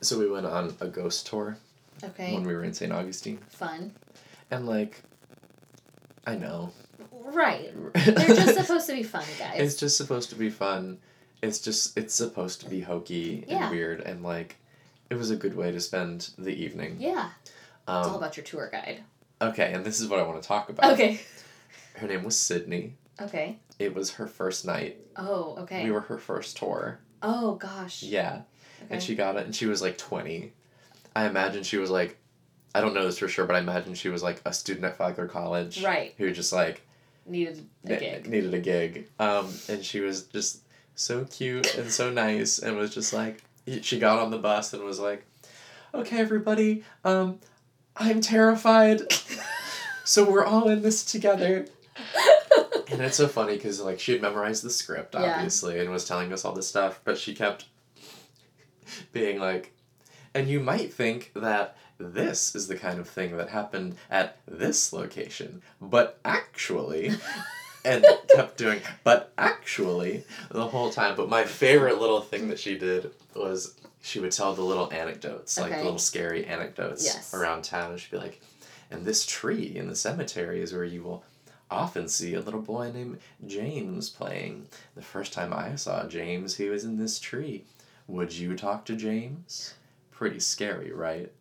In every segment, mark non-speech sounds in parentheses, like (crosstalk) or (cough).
so we went on a ghost tour Okay. when we were in St. Augustine. Fun. And like I know. (laughs) Right. (laughs) They're just supposed to be fun, guys. it's just supposed to be fun. It's just it's supposed to be hokey Yeah. and weird and like it was a good way to spend the evening. yeah. It's all Um, about your tour guide. okay, and this is what I want to talk about. Okay. Her name was Sydney. Okay. It was her first night. Oh, okay. We were her first tour. oh, gosh. Yeah. Okay. And she got it and she was like 20. I imagine she was like I don't know this for sure, but I imagine she was like a student at Flagler College. Right. Who just like needed a ne- gig. needed a gig. Um, and she was just so cute and so nice and was just like, she got on the bus and was like, okay, everybody, um, I'm terrified. so we're all in this (laughs) together. and it's so funny because like she had memorized the script Yeah. obviously and was telling us all this stuff, but she kept being like, and you might think that this is the kind of thing that happened at this location, but actually, and kept doing, but actually, the whole time. But my favorite little thing that she did was she would tell the little anecdotes, like Okay. little scary anecdotes Yes. around town. And she'd be like, and this tree in the cemetery is where you will often see a little boy named James playing. The first time I saw James, he was in this tree. Would you talk to James? Pretty scary, right?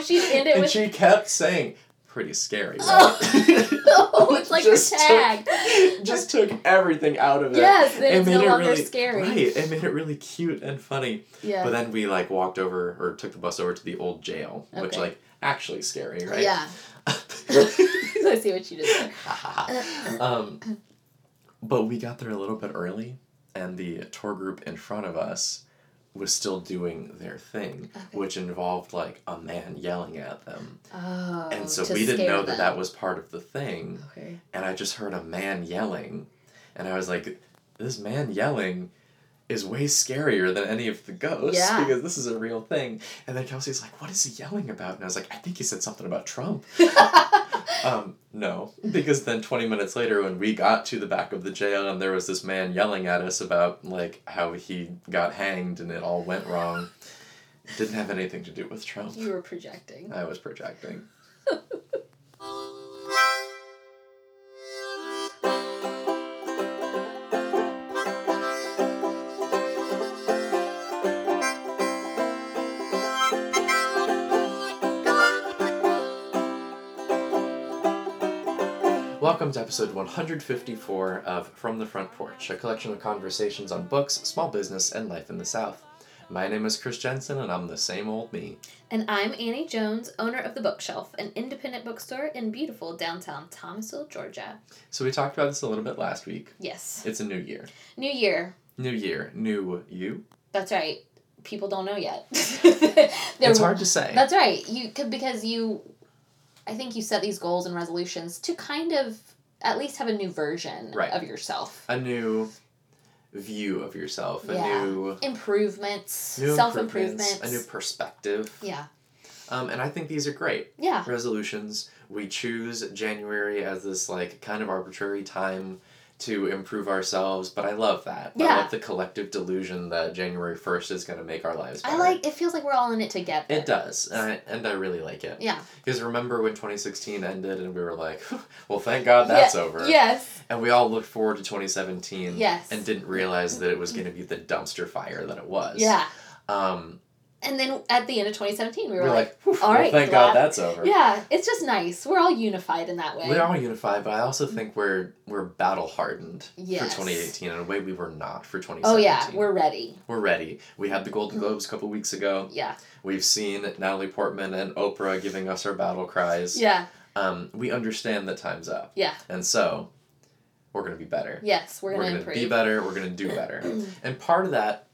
(laughs) she ended it and with. she kept saying, pretty scary, right? (laughs) oh, it's like (laughs) her Just took- tag. just took everything out of it. Yes, then It it's made no it longer really- scary. Right, it made it really cute and funny. Yeah. But then we like walked over or took the bus over to the old jail, which Okay. like actually scary, right? (laughs) Yeah. I see what you did (laughs) there. um, but we got there a little bit early, and the tour group in front of us was still doing their thing, Okay. which involved like a man yelling at them, Oh. and so to we didn't scare know that them. that was part of the thing. Okay. and I just heard a man yelling, and I was like, this man yelling is way scarier than any of the ghosts Yeah. because this is a real thing. And then Kelsey's like, what is he yelling about? And I was like, I think he said something about Trump. um, no, because then 20 minutes later, when we got to the back of the jail and there was this man yelling at us about like how he got hanged and it all went wrong, it didn't have anything to do with Trump. You were projecting. I was projecting. Welcome to episode 154 of From the Front Porch, a collection of conversations on books, small business, and life in the South. My name is Chris Jensen, and I'm the same old me. And I'm Annie Jones, owner of The Bookshelf, an independent bookstore in beautiful downtown Thomasville, Georgia. So we talked about this a little bit last week. Yes. It's a new year. New year. New year, new you. That's right. People don't know yet. (laughs) it's hard to say. That's right. You could because you, I think you set these goals and resolutions to kind of at least have a new version Right. of yourself. a new view of yourself, a Yeah. new, Improvements, new self improvements, improvements. a new perspective. yeah, Um, and I think these are great yeah, resolutions. We choose January as this like kind of arbitrary time to improve ourselves, but I love that. I Yeah. love the collective delusion that January first is going to make our lives. I better. like. It feels like we're all in it together. It does, and I, and I really like it. Yeah. Because remember when 2016 ended and we were like, well, thank God that's Yeah, over. Yes. And we all looked forward to 2017 Yes. and didn't realize that it was going to be the dumpster fire that it was. Yeah. Um, And then at the end of twenty seventeen, we we were are like, like, "Whew, all well, right, thank glad- God that's over. yeah, it's just nice. We're all unified in that way. We're all unified, but I also think we're we're battle hardened for Yes. 2018 in a way we were not for 2017. oh yeah, we're Mm-hmm. ready. we're ready. We had the Golden Globes a couple weeks ago. Yeah. We've seen Natalie Portman and Oprah giving us our battle cries. Yeah. Um, we understand that time's up. Yeah. And so, we're going to be better. Yes, we're We're gonna, going to improve. be better. We're going to (clears throat) do better. and part of that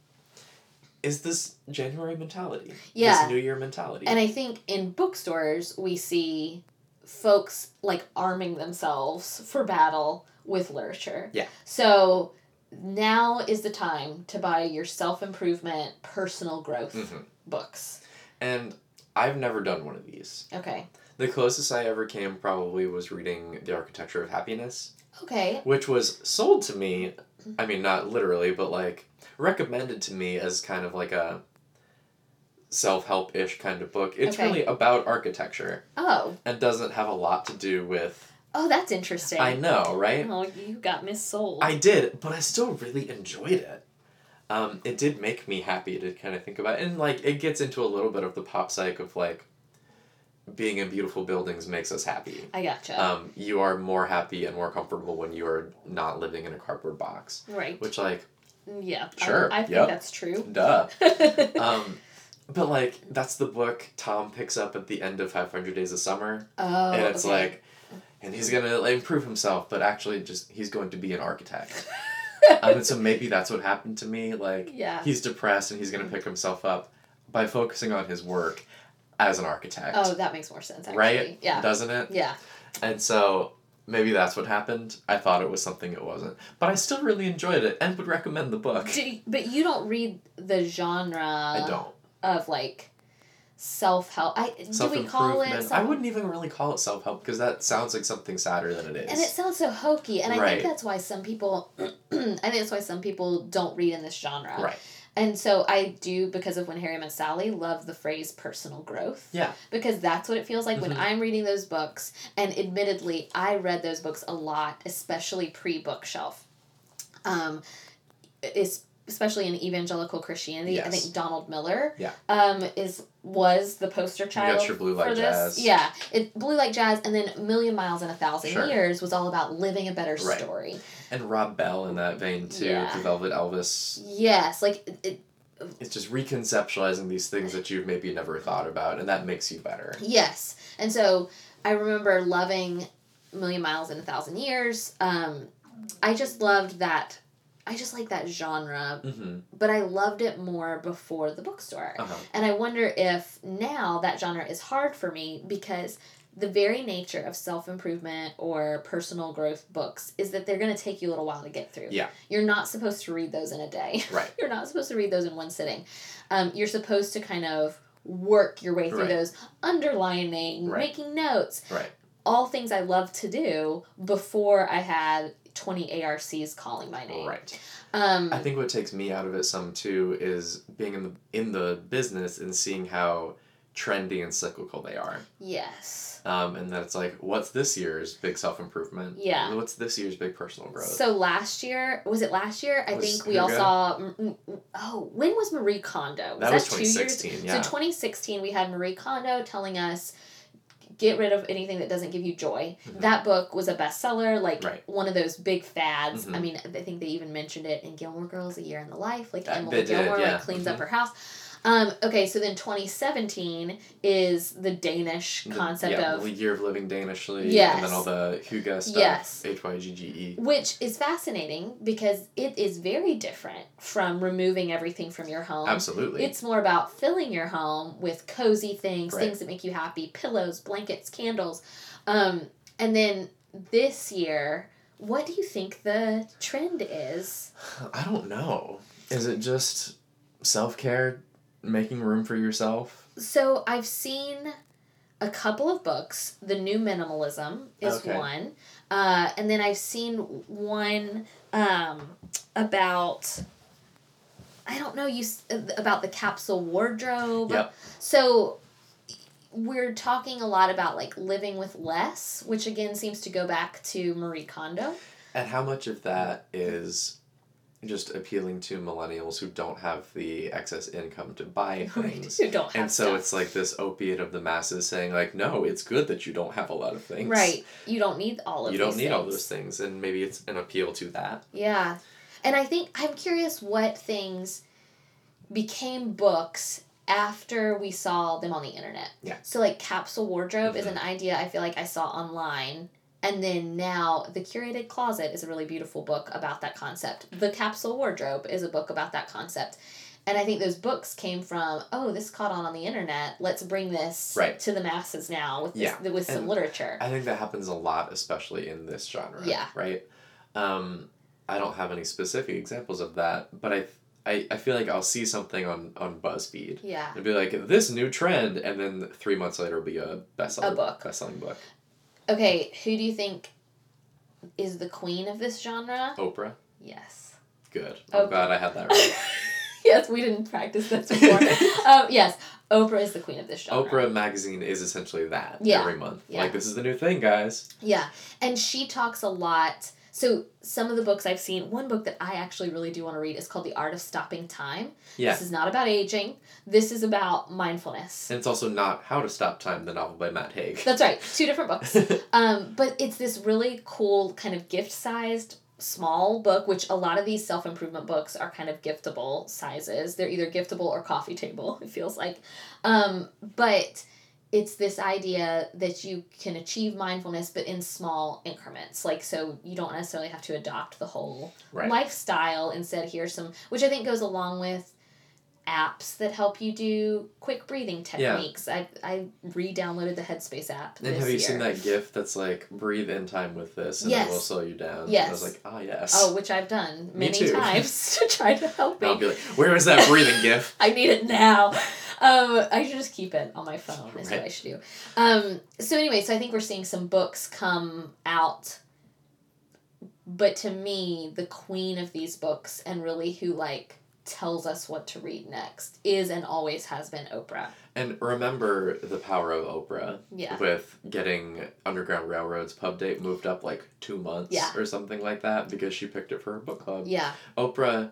is this January mentality. Yeah. This New Year mentality. And I think in bookstores, we see folks like arming themselves for battle with literature. Yeah. So now is the time to buy your self improvement, personal growth Mhm. books. and I've never done one of these. Okay. The closest I ever came probably was reading The Architecture of Happiness, Okay. which was sold to me, I mean, not literally, but like recommended to me as kind of like a self help ish kind of book. It's Okay. really about architecture Oh, and doesn't have a lot to do with. oh, that's interesting. I know, right? Oh, you got missold. I did, but I still really enjoyed it. Um, it did make me happy to kind of think about it. And like it gets into a little bit of the pop psych of like being in beautiful buildings makes us happy. I gotcha. Um, you are more happy and more comfortable when you are not living in a cardboard box. right. Mm, Which like, yeah. I- sure, I, think yep. that's true. duh. (laughs) Um, but like that's the book Tom picks up at the end of Five Hundred Days of Summer. oh. and it's okay. like and he's gonna like, improve himself but actually just he's going to be an (laughs) architect um, and so maybe that's what happened to me like Yeah. he's depressed and he's gonna pick himself up by focusing on his work as an architect Oh, that makes more sense. Actually. right Yeah. doesn't it yeah. and so maybe that's what happened i thought it was something it wasn't but i still really enjoyed it and would recommend the book Do uh, you- but you don't read the genre. i don't Of like self help. I do we call it? self-improvement i self- wouldn't even really call it self-help because that sounds like something sadder than it is And it sounds so hokey, and I Right. think that's why some people, (clears throat) I think that's why some people don't read in this genre. right And so I do because of when Harry met Sally. Love the phrase personal growth. Yeah. Because that's what it feels like Mhm. when I'm reading those books. And admittedly, I read those books a lot, especially pre bookshelf. Um, is especially in evangelical Christianity. I Yes. think Donald Miller. Yeah. Um, is was the poster child your Blue Like for this. Jazz. Yeah, it blue like jazz, and then Million Miles in a Thousand Sure. Years was all about living a better Right. story. And Rob Bell in that vein too, Yeah. the Velvet Elvis. Yes, like it, It's just reconceptualizing these things that you've maybe never thought about, and that makes you better. Yes. And so I remember loving Million Miles in a Thousand Years. Um, I just loved that. I just like that genre, Mm-hmm. but I loved it more before the bookstore. Uh-huh. And I wonder if now that genre is hard for me because the very nature of self improvement or personal growth books is that they're going to take you a little while to get through. Yeah. You're not supposed to read those in a day. (laughs) Right. you're not supposed to read those in one sitting. Um, you're supposed to kind of work your way through Right. those, underlining, Right. making notes, Right. all things I love to do before I had 20 ARCs calling my name. Right. Um, I think what takes me out of it some too is being in the in the business and seeing how trendy and cyclical they are. yes. Um, and that it's like, what's this year's big self improvement? Yeah. And What's this year's big personal growth? So last year, was it last year? I Was think we all Hugo? saw. mm, mm, mm, Oh, when was Marie Kondo? that was two twenty years- sixteen. So Yeah. 2016, we had Marie Kondo telling us, get rid of anything that doesn't give you joy. Mhm. That book was a bestseller, like Right. one of those big fads. I Mhm. mean, I think they even mentioned it in Gilmore Girls: A Year in the Life. Like That- Emily they did, Gilmore yeah. Mm-hmm. like cleans up her house. Um, okay, so then 2017 is the Danish The- concept yeah, of the year of living danishly, and Yes. then all the Huga stuff, Yes. H Y G G E. which is fascinating because it is very different from removing everything from your home. Absolutely. It's more about filling your home with cozy things, Right. things that make you happy, pillows, blankets, candles. Um, and then this year, what do you think the trend is? I don't know. Is it just self care, making room for yourself? So I've seen a couple of books. The New Minimalism is Okay. one. Uh, and then I've seen one um, about. I don't know you s- about the capsule wardrobe. Yep. So we're talking a lot about like living with less, which again seems to go back to Marie Kondo. And how much of that is just appealing to millennials who don't have the excess income to buy things? (laughs) Who don't have And so stuff. it's like this opiate of the masses saying like, no, it's good that you don't have a lot of things. right. You don't need all of You don't these need all things. those things, and maybe it's an appeal to that. Yeah. And I think I'm curious what things became books after we saw them on the internet. Yeah. Mm-hmm. So like capsule wardrobe is an idea I feel like I saw online and then now The Curated Closet is a really beautiful book about that concept. The Capsule Wardrobe is a book about that concept. And I think those books came from, oh, this caught on on the internet. Let's bring this Right. to the masses now with this, Yeah. with some And literature. I think that happens a lot, especially in this genre. Yeah. Right. Um, I don't have any specific examples of that, but I, I, I feel like I'll see something on on BuzzFeed yeah. and be like, "This new trend," and then three months later, it'll be a bestseller A book. best-selling book. Okay, who do you think is the queen of this genre? Oprah, (laughs) Yes. good. I'm Oprah. (laughs) glad I had that right. yes, we didn't practice this before. um, yes, Oprah is the queen of this genre. Oprah magazine is essentially that Yeah. every month. Yeah. Like this is the new thing, guys. Yeah. And she talks a lot. So some of the books I've seen, one book that I actually really do want to read is called The Art of Stopping Time. Yeah. This is not about aging. This is about mindfulness. And it's also not How to Stop Time, the novel by Matt Haig. That's right. Two different books. um, but it's this really cool kind of gift sized small book, which a lot of these self improvement books are kind of giftable sizes. They're either giftable or coffee table, (laughs) it feels like. Um, but it's this idea that you can achieve mindfulness, but in small increments. Like, so you don't necessarily have to adopt the whole right. lifestyle. Instead, here's some, which I think goes along with apps that help you do quick breathing Yeah. techniques. I, I re downloaded the Headspace app. and this have you year. seen that gif that's like breathe in time with this and it will Yes. slow you down? And I was Yes. like, ah yes. Oh, which I've done Me many too. times (laughs) to try to help And I'll me. be like, where is (laughs) that breathing gif? I need it now. Um, I should just keep it on my phone. Is what I Right. should do. Um, so anyway, so I think we're seeing some books come out. But to me, the queen of these books and really who like tells us what to read next is and always has been Oprah. And remember the power of Oprah Yeah. with getting Underground Railroad's pub date moved up like two months Yeah. or something like that because she picked it for her book club. Yeah. Oprah,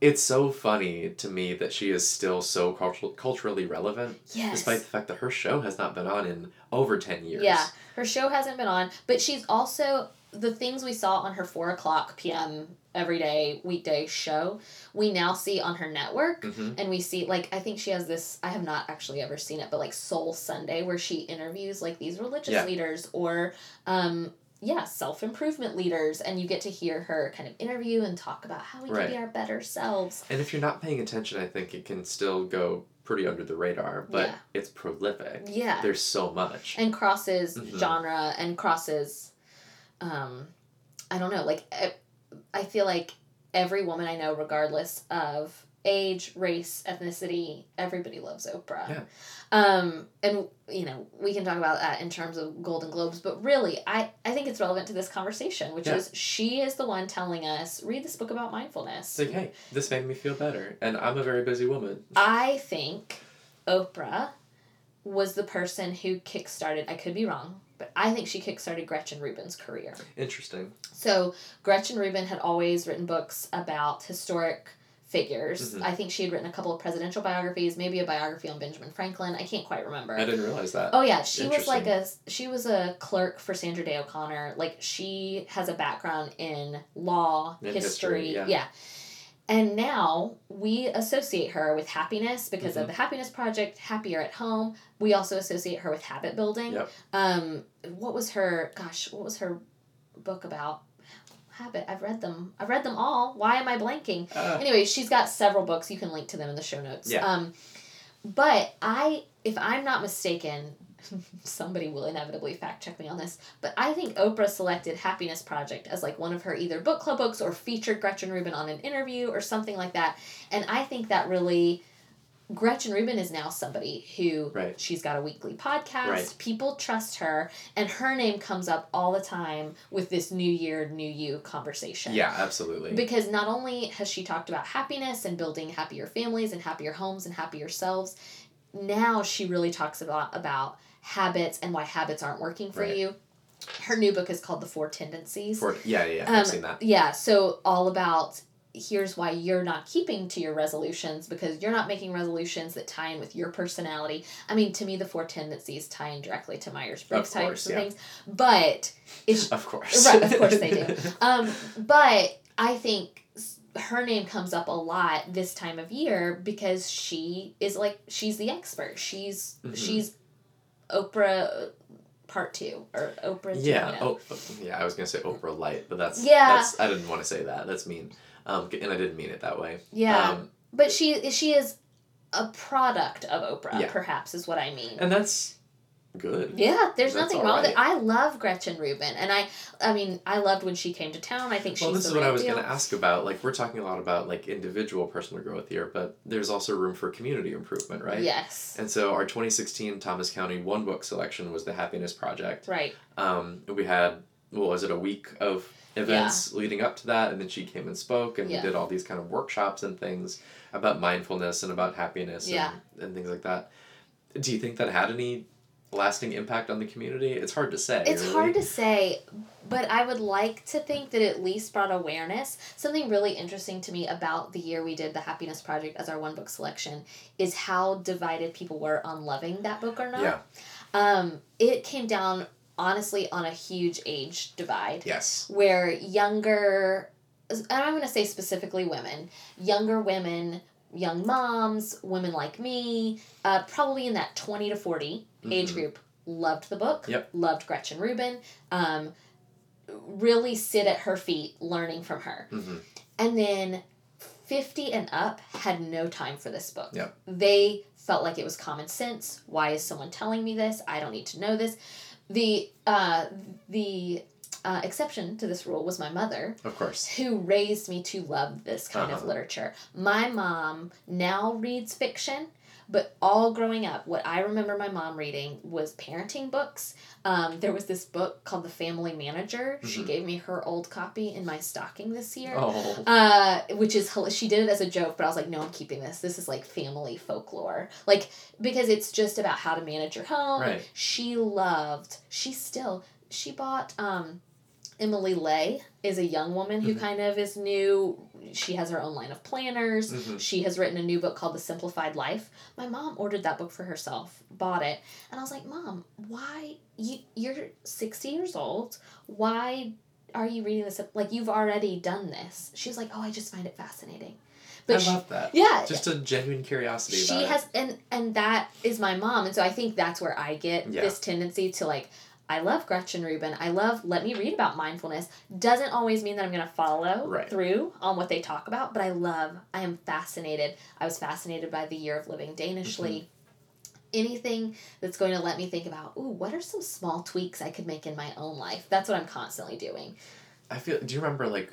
it's so funny to me that she is still so cultu- culturally relevant, Yes. despite the fact that her show has not been on in over 10 years. Yeah, her show hasn't been on, but she's also the things we saw on her four o'clock p.m. everyday weekday show. We now see on her network, hmm and we see like I think she has this. I have not actually ever seen it, but like Soul Sunday, where she interviews like these religious Yeah. leaders or, um, yeah, self improvement leaders, and you get to hear her kind of interview and talk about how we Right. can be our better selves. And if you're not paying attention, I think it can still go pretty under the radar, but Yeah. it's prolific. Yeah, There's so much. and crosses Mhm. genre and crosses um i don't know like e- i feel like every woman i know regardless of age race ethnicity everybody loves oprah Yeah. um and you know we can talk about that in terms of golden globes but really i i think it's relevant to this conversation which Yeah. is she is the one telling us read this book about mindfulness It's like, hey, this made me feel better, and I'm a very busy woman. I think Oprah was the person who kickstarted, I could be wrong, but I think she kickstarted Gretchen Rubin's career. Interesting. So Gretchen Rubin had always written books about historic figures. Mhm. I think she had written a couple of presidential biographies, maybe a biography on Benjamin Franklin. I can't quite remember. I didn't realize that. Oh yeah, she was like a she was a clerk for Sandra Day O'Connor. Like she has a background in law, In history, history, yeah. And now we associate her with happiness because Mm-hmm. of the Happiness Project, Happier at Home. We also associate her with habit building. Yep. Um, what was her? Gosh, what was her book about? Habit. I've read them. I've read them all. Why am I blanking? Ah, anyway, she's got several books. You can link to them in the show notes. Yeah. Um, but I, if I'm not mistaken, (laughs) somebody will inevitably fact check me on this. But I think Oprah selected Happiness Project as like one of her either book club books or featured Gretchen Rubin on an interview or something like that. And I think that really. Gretchen Rubin is now somebody who Right. she's got a weekly podcast. Right. People trust her, and her name comes up all the time with this new year, new you conversation. yeah, absolutely. Because not only has she talked about happiness and building happier families and happier homes and happier selves, now she really talks about about habits and why habits aren't working for Right. you. Her new book is called The Four Tendencies. For, yeah, yeah, yeah, Um, I've seen that. Yeah, so all about here's why you're not keeping to your resolutions because you're not making resolutions that tie in with your personality. I mean, to me, the four tendencies tie in directly to Myers Briggs Of types course, and yeah. things, but it's Of course. (laughs) Right, of course (laughs) they do. um, but I think s- her name comes up a lot this time of year because she is like she's the expert. She's Mhm. she's Oprah part two or Oprah. yeah. 2.0. Oh, yeah. I was gonna say Oprah Light, but that's Yeah. That's, I didn't want to say that. That's mean. Um, and I didn't mean it that way. yeah. Um, but she she is a product of Oprah. Yeah. Perhaps is what I mean. and that's good. yeah, there's That's nothing all wrong with it. right. I love Gretchen Rubin, and I, I mean, I loved when she came to town. I think Well, this she's the is what real I was deal. going to ask about. Like, we're talking a lot about like individual personal growth here, but there's also room for community improvement, right? Yes, And so our 2016 Thomas County one book selection was the Happiness Project. right. Um, we had what was it a week of events leading up to that and then she came and spoke and we Yeah. did all these kind of workshops and things about mindfulness and about happiness Yeah. and, and things like that do you think that had any lasting impact on the community it's hard to say It's really. hard to say, but I would like to think that it at least brought awareness. Something really interesting to me about the year we did the Happiness Project as our one book selection is how divided people were on loving that book or not. yeah Um, it came down honestly on a huge age divide yes where younger and I'm going to say specifically women, younger women, young moms, women like me, uh, probably in that 20 to 40 age Mhm. group loved the book, Yep. loved Gretchen Rubin, um, really sit at her feet learning from her. Mhm. And then 50 and up had no time for this book. Yep. They felt like it was common sense. Why is someone telling me this? I don't need to know this. The uh, the uh, exception to this rule was my mother, of course who raised me to love this kind of Uh-huh. literature. My mom now reads fiction, but all growing up, what I remember my mom reading was parenting books. Um, there was this book called The Family Manager. She Mhm. gave me her old copy in my stocking this year. oh Uh, which is hila- she did it as a joke, but I was like, no, I'm keeping this. This is like family folklore, like because it's just about how to manage your home. Right. She loved. She still. She bought. Um, Emily Lay is a young woman who Mhm. kind of is new. She has her own line of planners. Mhm. She has written a new book called The Simplified Life. My mom ordered that book for herself, bought it, and I was like, "Mom, why you you're 60 years old? Why are you reading this? Like you've already done this." She was like, "Oh, I just find it fascinating." But i she, love that yeah, just a genuine curiosity she about it. has and and that is my mom and so i think that's where i get Yeah. this tendency to like i love gretchen rubin i love let me read about mindfulness doesn't always mean that i'm going to follow Right. through on what they talk about but i love i am fascinated i was fascinated by the year of living danishly Mm-hmm. Anything that's going to let me think about, ooh, what are some small tweaks I could make in my own life? That's what I'm constantly doing. I feel. Do you remember like?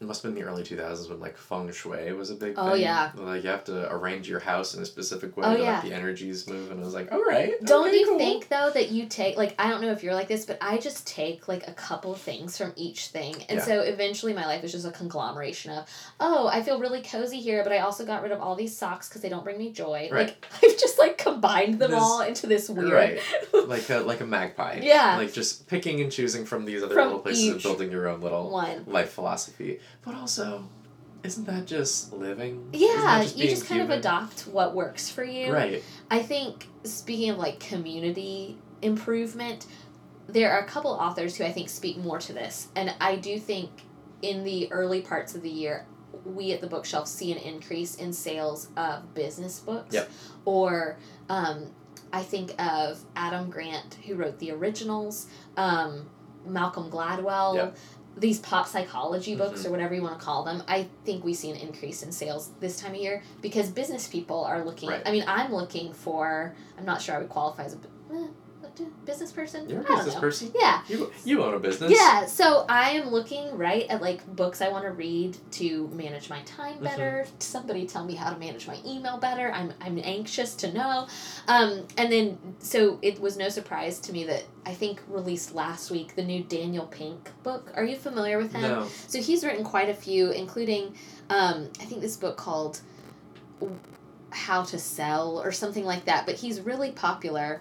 It must have been the early two thousands when like feng shui was a big. Oh, thing. yeah. Like you have to arrange your house in a specific way Oh, to yeah. let the energies move, and I was like, all right. Don't okay, you cool." think though that you take like I don't know if you're like this, but I just take like a couple things from each thing, and Yeah. so eventually my life is just a conglomeration of oh I feel really cozy here, but I also got rid of all these socks because they don't bring me joy. Right. Like (laughs) I've just like combined them This- all into this weird. (laughs) Right. Like a like a magpie. Yeah. Like just picking and choosing from these other From little places and each building your own little one. life philosophy. But also, isn't that just living? Isn't that Yeah, you being just kind of human? adopt what works for you. Right. I think speaking of like community improvement, there are a couple authors who I think speak more to this. And I do think in the early parts of the year, we at the bookshelf see an increase in sales of business books. Yep. Or um, I think of Adam Grant, who wrote the originals, um, Malcolm Gladwell. Yep. These pop psychology books, Mhm. or whatever you want to call them, I think we see an increase in sales this time of year because business people are looking. Right. I mean, I'm looking for. I'm not sure I would qualify as a bu- eh, what do- business person. You're I a don't business know. person. Yeah. You you own a business. Yeah, so I am looking right at like books I want to read to manage my time Mm-hmm. better. Somebody tell me how to manage my email better. I'm I'm anxious to know. Um, and then so it was no surprise to me that I think released last week the new Daniel Pink book. Are you familiar with him? No. So he's written quite a few, including um, I think this book called How to Sell or something like that. But he's really popular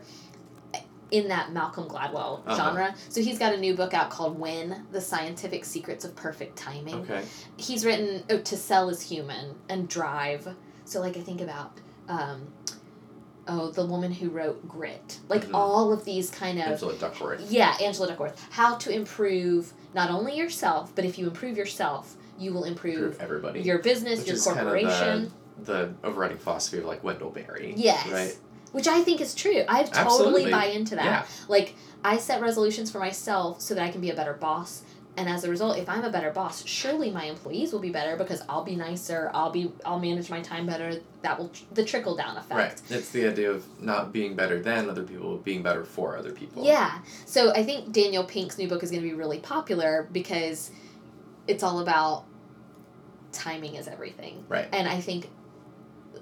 in that Malcolm Gladwell Uh-huh. genre. So he's got a new book out called When The Scientific Secrets of Perfect Timing. Okay. He's written oh, To Sell is Human and Drive. So, like, I think about. Um, Oh, the woman who wrote Grit. Like Mhm. all of these kind of Angela Duckworth. yeah, Angela Duckworth. How to improve not only yourself, but if you improve yourself, you will improve Prove everybody. your business, your corporation. Kind of the, the overriding philosophy of like Wendell Berry. Yes. Right. Which I think is true. I totally Absolutely. buy into that. Yeah. Like, I set resolutions for myself so that I can be a better boss. And as a result, if I'm a better boss, surely my employees will be better because I'll be nicer, I'll be I'll manage my time better. That will the trickle down effect. Right. It's the idea of not being better than other people, but being better for other people. Yeah. So I think Daniel Pink's new book is going to be really popular because it's all about timing is everything. Right. And I think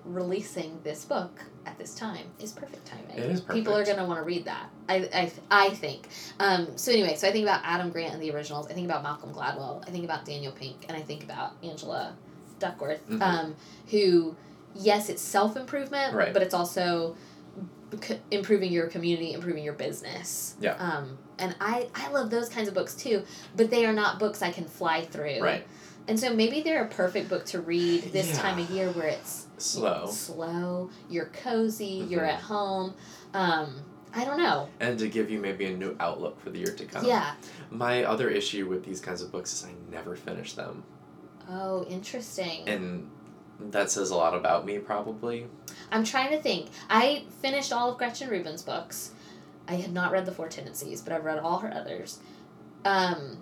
releasing this book at this time is perfect timing. It is People are perfect. going to want to read that. I, I, I think. Um, so anyway, so I think about Adam Grant and the originals. I think about Malcolm Gladwell. I think about Daniel Pink, and I think about Angela Duckworth, Mhm. um, who, yes, it's self improvement, Right. but it's also c- improving your community, improving your business. Yeah. Um, and I, I love those kinds of books too, but they are not books I can fly through. Right. And so maybe they're a perfect book to read this Yeah. time of year where it's Slow. slow, you're cozy, you're Mhm. at home. Um, I don't know. And to give you maybe a new outlook for the year to come. yeah. My other issue with these kinds of books is I never finish them. Oh, interesting. And that says a lot about me, probably. I'm trying to think. I finished all of Gretchen Rubin's books. I had not read The Four Tendencies, but I've read all her others. Um,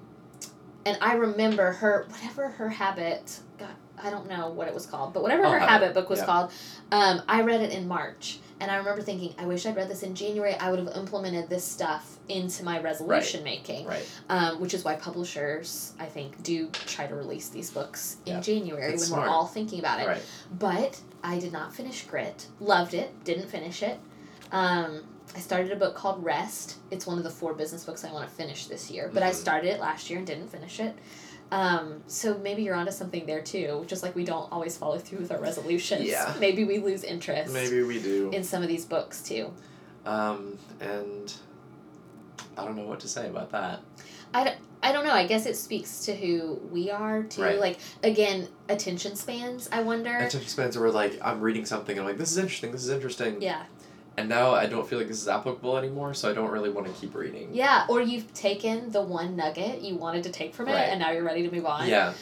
and I remember her, whatever her habit, God, I don't know what it was called, but whatever I'll her have habit it, book was yeah. called, um, I read it in March. And I remember thinking, I wish I'd read this in January. I would have implemented this stuff into my resolution making. Right. um, which is why publishers, I think, do try to release these books in Yeah. January It's when smart. we're all thinking about it. Right. But I did not finish Grit. Loved it, didn't finish it. Um, I started a book called Rest. It's one of the four business books I want to finish this year, but I Mhm. started it last year and didn't finish it. Um, so maybe you're onto something there too. Just like we don't always follow through with our resolutions. Yeah. Maybe we lose interest Maybe we do. in some of these books too. Um, and I don't know what to say about that. I don't know. I guess it speaks to who we are too. Right. Like again, attention spans. I wonder. Attention spans were like, I'm reading something, I'm like, this is interesting, this is interesting. yeah, And now I don't feel like this is applicable anymore, so I don't really want to keep reading. yeah. Or you've taken the one nugget you wanted to take from it, Right. and now you're ready to move on. Yeah.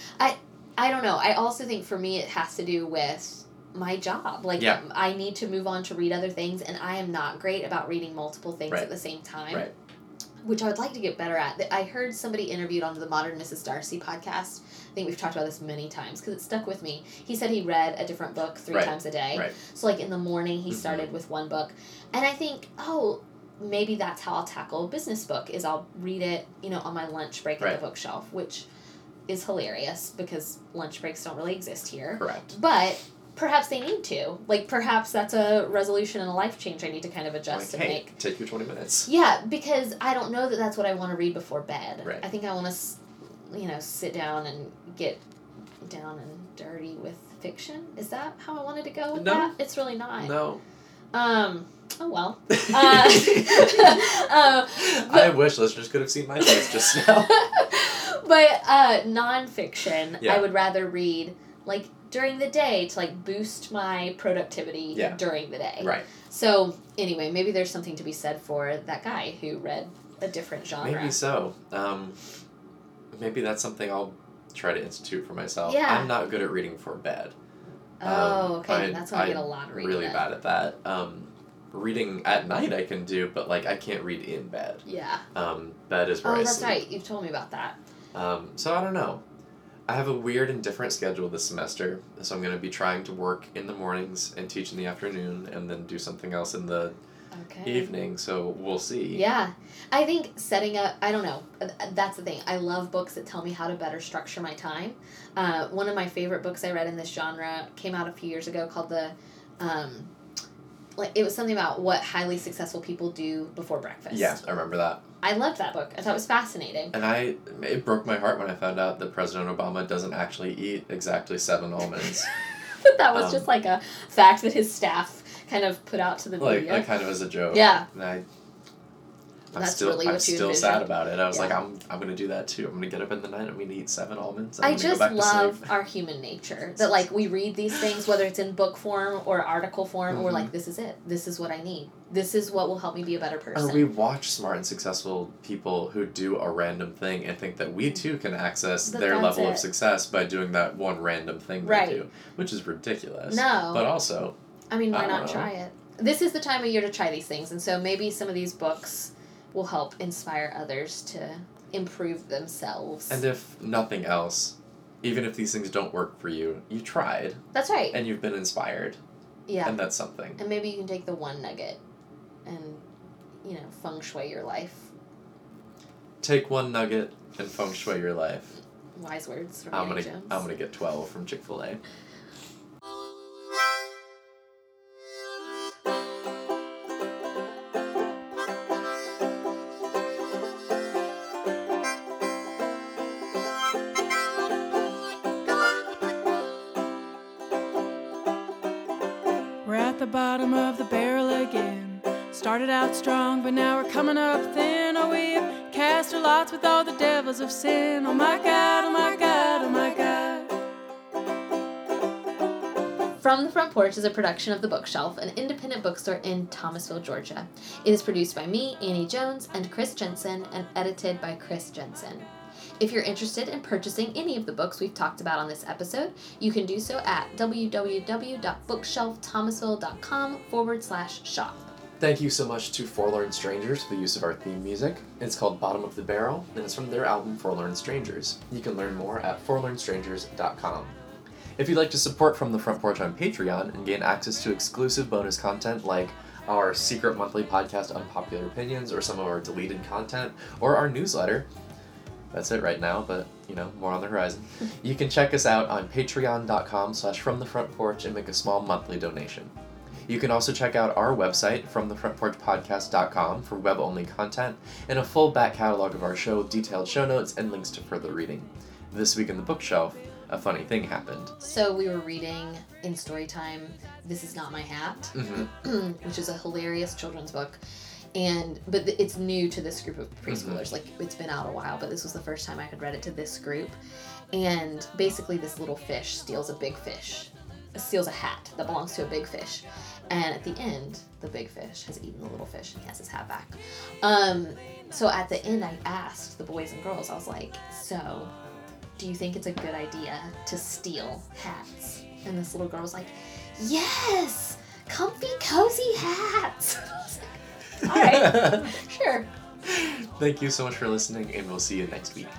I don't know. I also think for me, it has to do with my job. Like Yeah. I need to move on to read other things, and I am not great about reading multiple things Right. at the same time. Right. Which I would like to get better at. I heard somebody interviewed on the Modern Mrs. Darcy podcast. I think we've talked about this many times because it stuck with me. He said he read a different book three Right. times a day. Right. So like in the morning he Mhm. started with one book. And I think, oh, maybe that's how I'll tackle a business book is I'll read it, you know, on my lunch break at Right. the bookshelf, which is hilarious because lunch breaks don't really exist here. Correct. But perhaps they need to. Like perhaps that's a resolution and a life change I need to kind of adjust like, and hey, make. take your 20 minutes. Yeah, because I don't know that that's what I want to read before bed. Right. I think I want to, you know, sit down and get down and dirty with fiction. Is that how I wanted to go with No. that? It's really not. No. Um. (laughs) Oh well. Uh, (laughs) um, I wish listeners could have seen (laughs) my face just now. (laughs) but uh, nonfiction, Yeah. I would rather read like during the day to like boost my productivity Yeah. during the day. Right. So anyway, maybe there's something to be said for that guy who read a different genre. Maybe so. Um, maybe that's something I'll try to institute for myself. Yeah. I'm not good at reading for bed. oh, Um, okay. I- That's when I, get a I'm lot of reading. Really then. bad at that. Um, reading at night I can do, but like I can't read in bed. Yeah. Um, bed is where Oh, I that's sleep. right. You've told me about that. Um, so I don't know. I have a weird and different schedule this semester, so I'm going to be trying to work in the mornings and teach in the afternoon, and then do something else in the Okay. evening. So we'll see. Yeah. I think setting up, I don't know, uh, that's the thing. I love books that tell me how to better structure my time. Uh, one of my favorite books I read in this genre came out a few years ago called The. Um, like it was something about what highly successful people do before breakfast. Yeah, I remember that. I loved that book. I thought it was fascinating. (laughs) And I, it broke my heart when I found out that President Obama doesn't actually eat exactly seven almonds. (laughs) But that was Um, just like a fact that his staff kind of put out to the like, media. like kind of as a joke. yeah. And I, I'm That's still, really I'm what you still envisioned. sad about it. I was like, Yeah. I'm, I'm gonna do that too. I'm gonna get up in the night. I'm gonna eat seven almonds. I'm I gonna just go back to love sleep. our human nature that like we read these things whether it's in book form or article form and we're Mhm. like this is it this is what I need this is what will help me be a better person Or we watch smart and successful people who do a random thing and think that we too can access That their Mm-hmm. that's level it. of success by doing that one random thing Right. they do, which is ridiculous. no But also, I mean why I don't not know. try it this is the time of year to try these things and so maybe some of these books will help inspire others to improve themselves and if nothing else, even if these things don't work for you, you tried that's right and you've been inspired, yeah and that's something. and maybe you can take the one nugget and you know feng shui your life Take one nugget and feng shui your life. wise words from I'm Annie gonna Jones. I'm gonna get twelve from Chick Fil A. bottom of the barrel again. Started out strong, but now we're coming up thin. Oh, we've cast our lots with all the devils of sin. Oh my God, oh my God, oh my God. From the Front Porch is a production of The Bookshelf, an independent bookstore in Thomasville, Georgia. It is produced by me, Annie Jones, and Chris Jensen, and edited by Chris Jensen. If you're interested in purchasing any of the books we've talked about on this episode, you can do so at www.bookshelfthomasville.com forward slash shop. Thank you so much to Forlorn Strangers for the use of our theme music. It's called Bottom of the Barrel, and it's from their album Forlorn Strangers. You can learn more at forlornstrangers.com. If you'd like to support From the Front Porch on Patreon and gain access to exclusive bonus content like our secret monthly podcast, Unpopular Opinions, or some of our deleted content, or our newsletter, that's it right now, but you know, more on the horizon. You can check us out on patreon.com slash from the front porch and make a small monthly donation. You can also check out our website, fromthefrontporchpodcast.com, for web only content and a full back catalog of our show with detailed show notes and links to further reading. This week in the bookshelf, a funny thing happened. So we were reading in story time This Is Not My Hat, Mm-hmm. (laughs) (clears throat) which is a hilarious children's book. And but th- it's new to this group of preschoolers. Like it's been out a while, but this was the first time I had read it to this group. And basically, this little fish steals a big fish, steals a hat that belongs to a big fish. And at the end, the big fish has eaten the little fish and he has his hat back. Um, so at the end, I asked the boys and girls. I was like, "So, do you think it's a good idea to steal hats?" And this little girl was like, "Yes, comfy, cozy hats." (laughs) I was (laughs) like, All right, sure. Thank you so much for listening, and we'll see you next week.